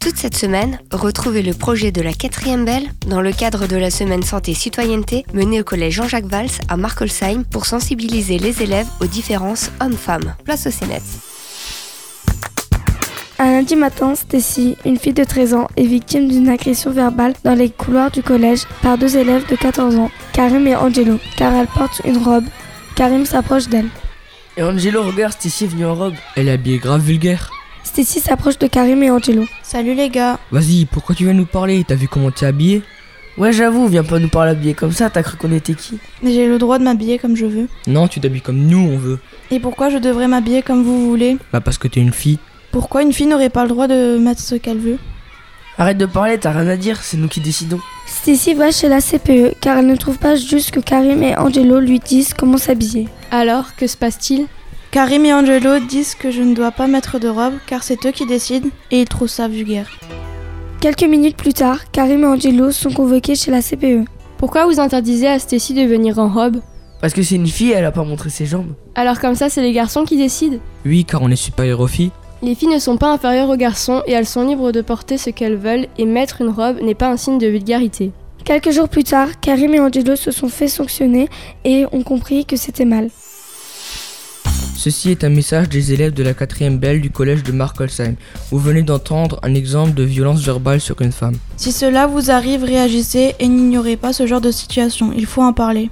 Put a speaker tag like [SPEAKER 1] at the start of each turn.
[SPEAKER 1] Toute cette semaine, retrouvez le projet de la quatrième belle dans le cadre de la semaine santé citoyenneté menée au collège Jean-Jacques Valls à Markolsheim pour sensibiliser les élèves aux différences hommes-femmes. Place au CNET.
[SPEAKER 2] Un lundi matin, Stacy, une fille de 13 ans, est victime d'une agression verbale dans les couloirs du collège par deux élèves de 14 ans, Karim et Angelo, car elle porte une robe. Karim s'approche d'elle.
[SPEAKER 3] Et Angelo regarde Stacy venue en robe. Elle est habillée grave vulgaire.
[SPEAKER 2] Stacy s'approche de Karim et Angelo.
[SPEAKER 4] Salut les gars.
[SPEAKER 3] Vas-y, pourquoi tu viens nous parler T'as vu comment t'es habillé Ouais, j'avoue, viens pas nous parler habillé comme ça, t'as cru qu'on était qui
[SPEAKER 4] J'ai le droit de m'habiller comme je veux.
[SPEAKER 3] Non, tu t'habilles comme nous, on veut.
[SPEAKER 4] Et pourquoi je devrais m'habiller comme vous voulez
[SPEAKER 3] Bah, parce que t'es une fille.
[SPEAKER 4] Pourquoi une fille n'aurait pas le droit de mettre ce qu'elle veut
[SPEAKER 3] Arrête de parler, t'as rien à dire, c'est nous qui décidons.
[SPEAKER 2] Stacy va chez la CPE car elle ne trouve pas juste que Karim et Angelo lui disent comment s'habiller.
[SPEAKER 5] Alors, que se passe-t-il
[SPEAKER 4] Karim et Angelo disent que je ne dois pas mettre de robe car c'est eux qui décident et ils trouvent ça vulgaire.
[SPEAKER 2] Quelques minutes plus tard, Karim et Angelo sont convoqués chez la E. CPE.
[SPEAKER 5] Pourquoi vous interdisez à Stacy de venir en robe
[SPEAKER 3] Parce que c'est une fille, elle a pas montré ses jambes.
[SPEAKER 5] Alors comme ça, c'est les garçons qui décident.
[SPEAKER 6] Oui, car on est supérieur aux filles.
[SPEAKER 5] Les filles ne sont pas inférieures aux garçons et elles sont libres de porter ce qu'elles veulent et mettre une robe n'est pas un signe de vulgarité.
[SPEAKER 2] Quelques jours plus tard, Karim et Angelo se sont fait sanctionner et ont compris que c'était mal.
[SPEAKER 3] Ceci est un message des élèves de la 4ème Belle du collège de Markolsheim. Vous venez d'entendre un exemple de violence verbale sur une femme.
[SPEAKER 4] Si cela vous arrive, réagissez et n'ignorez pas ce genre de situation, il faut en parler.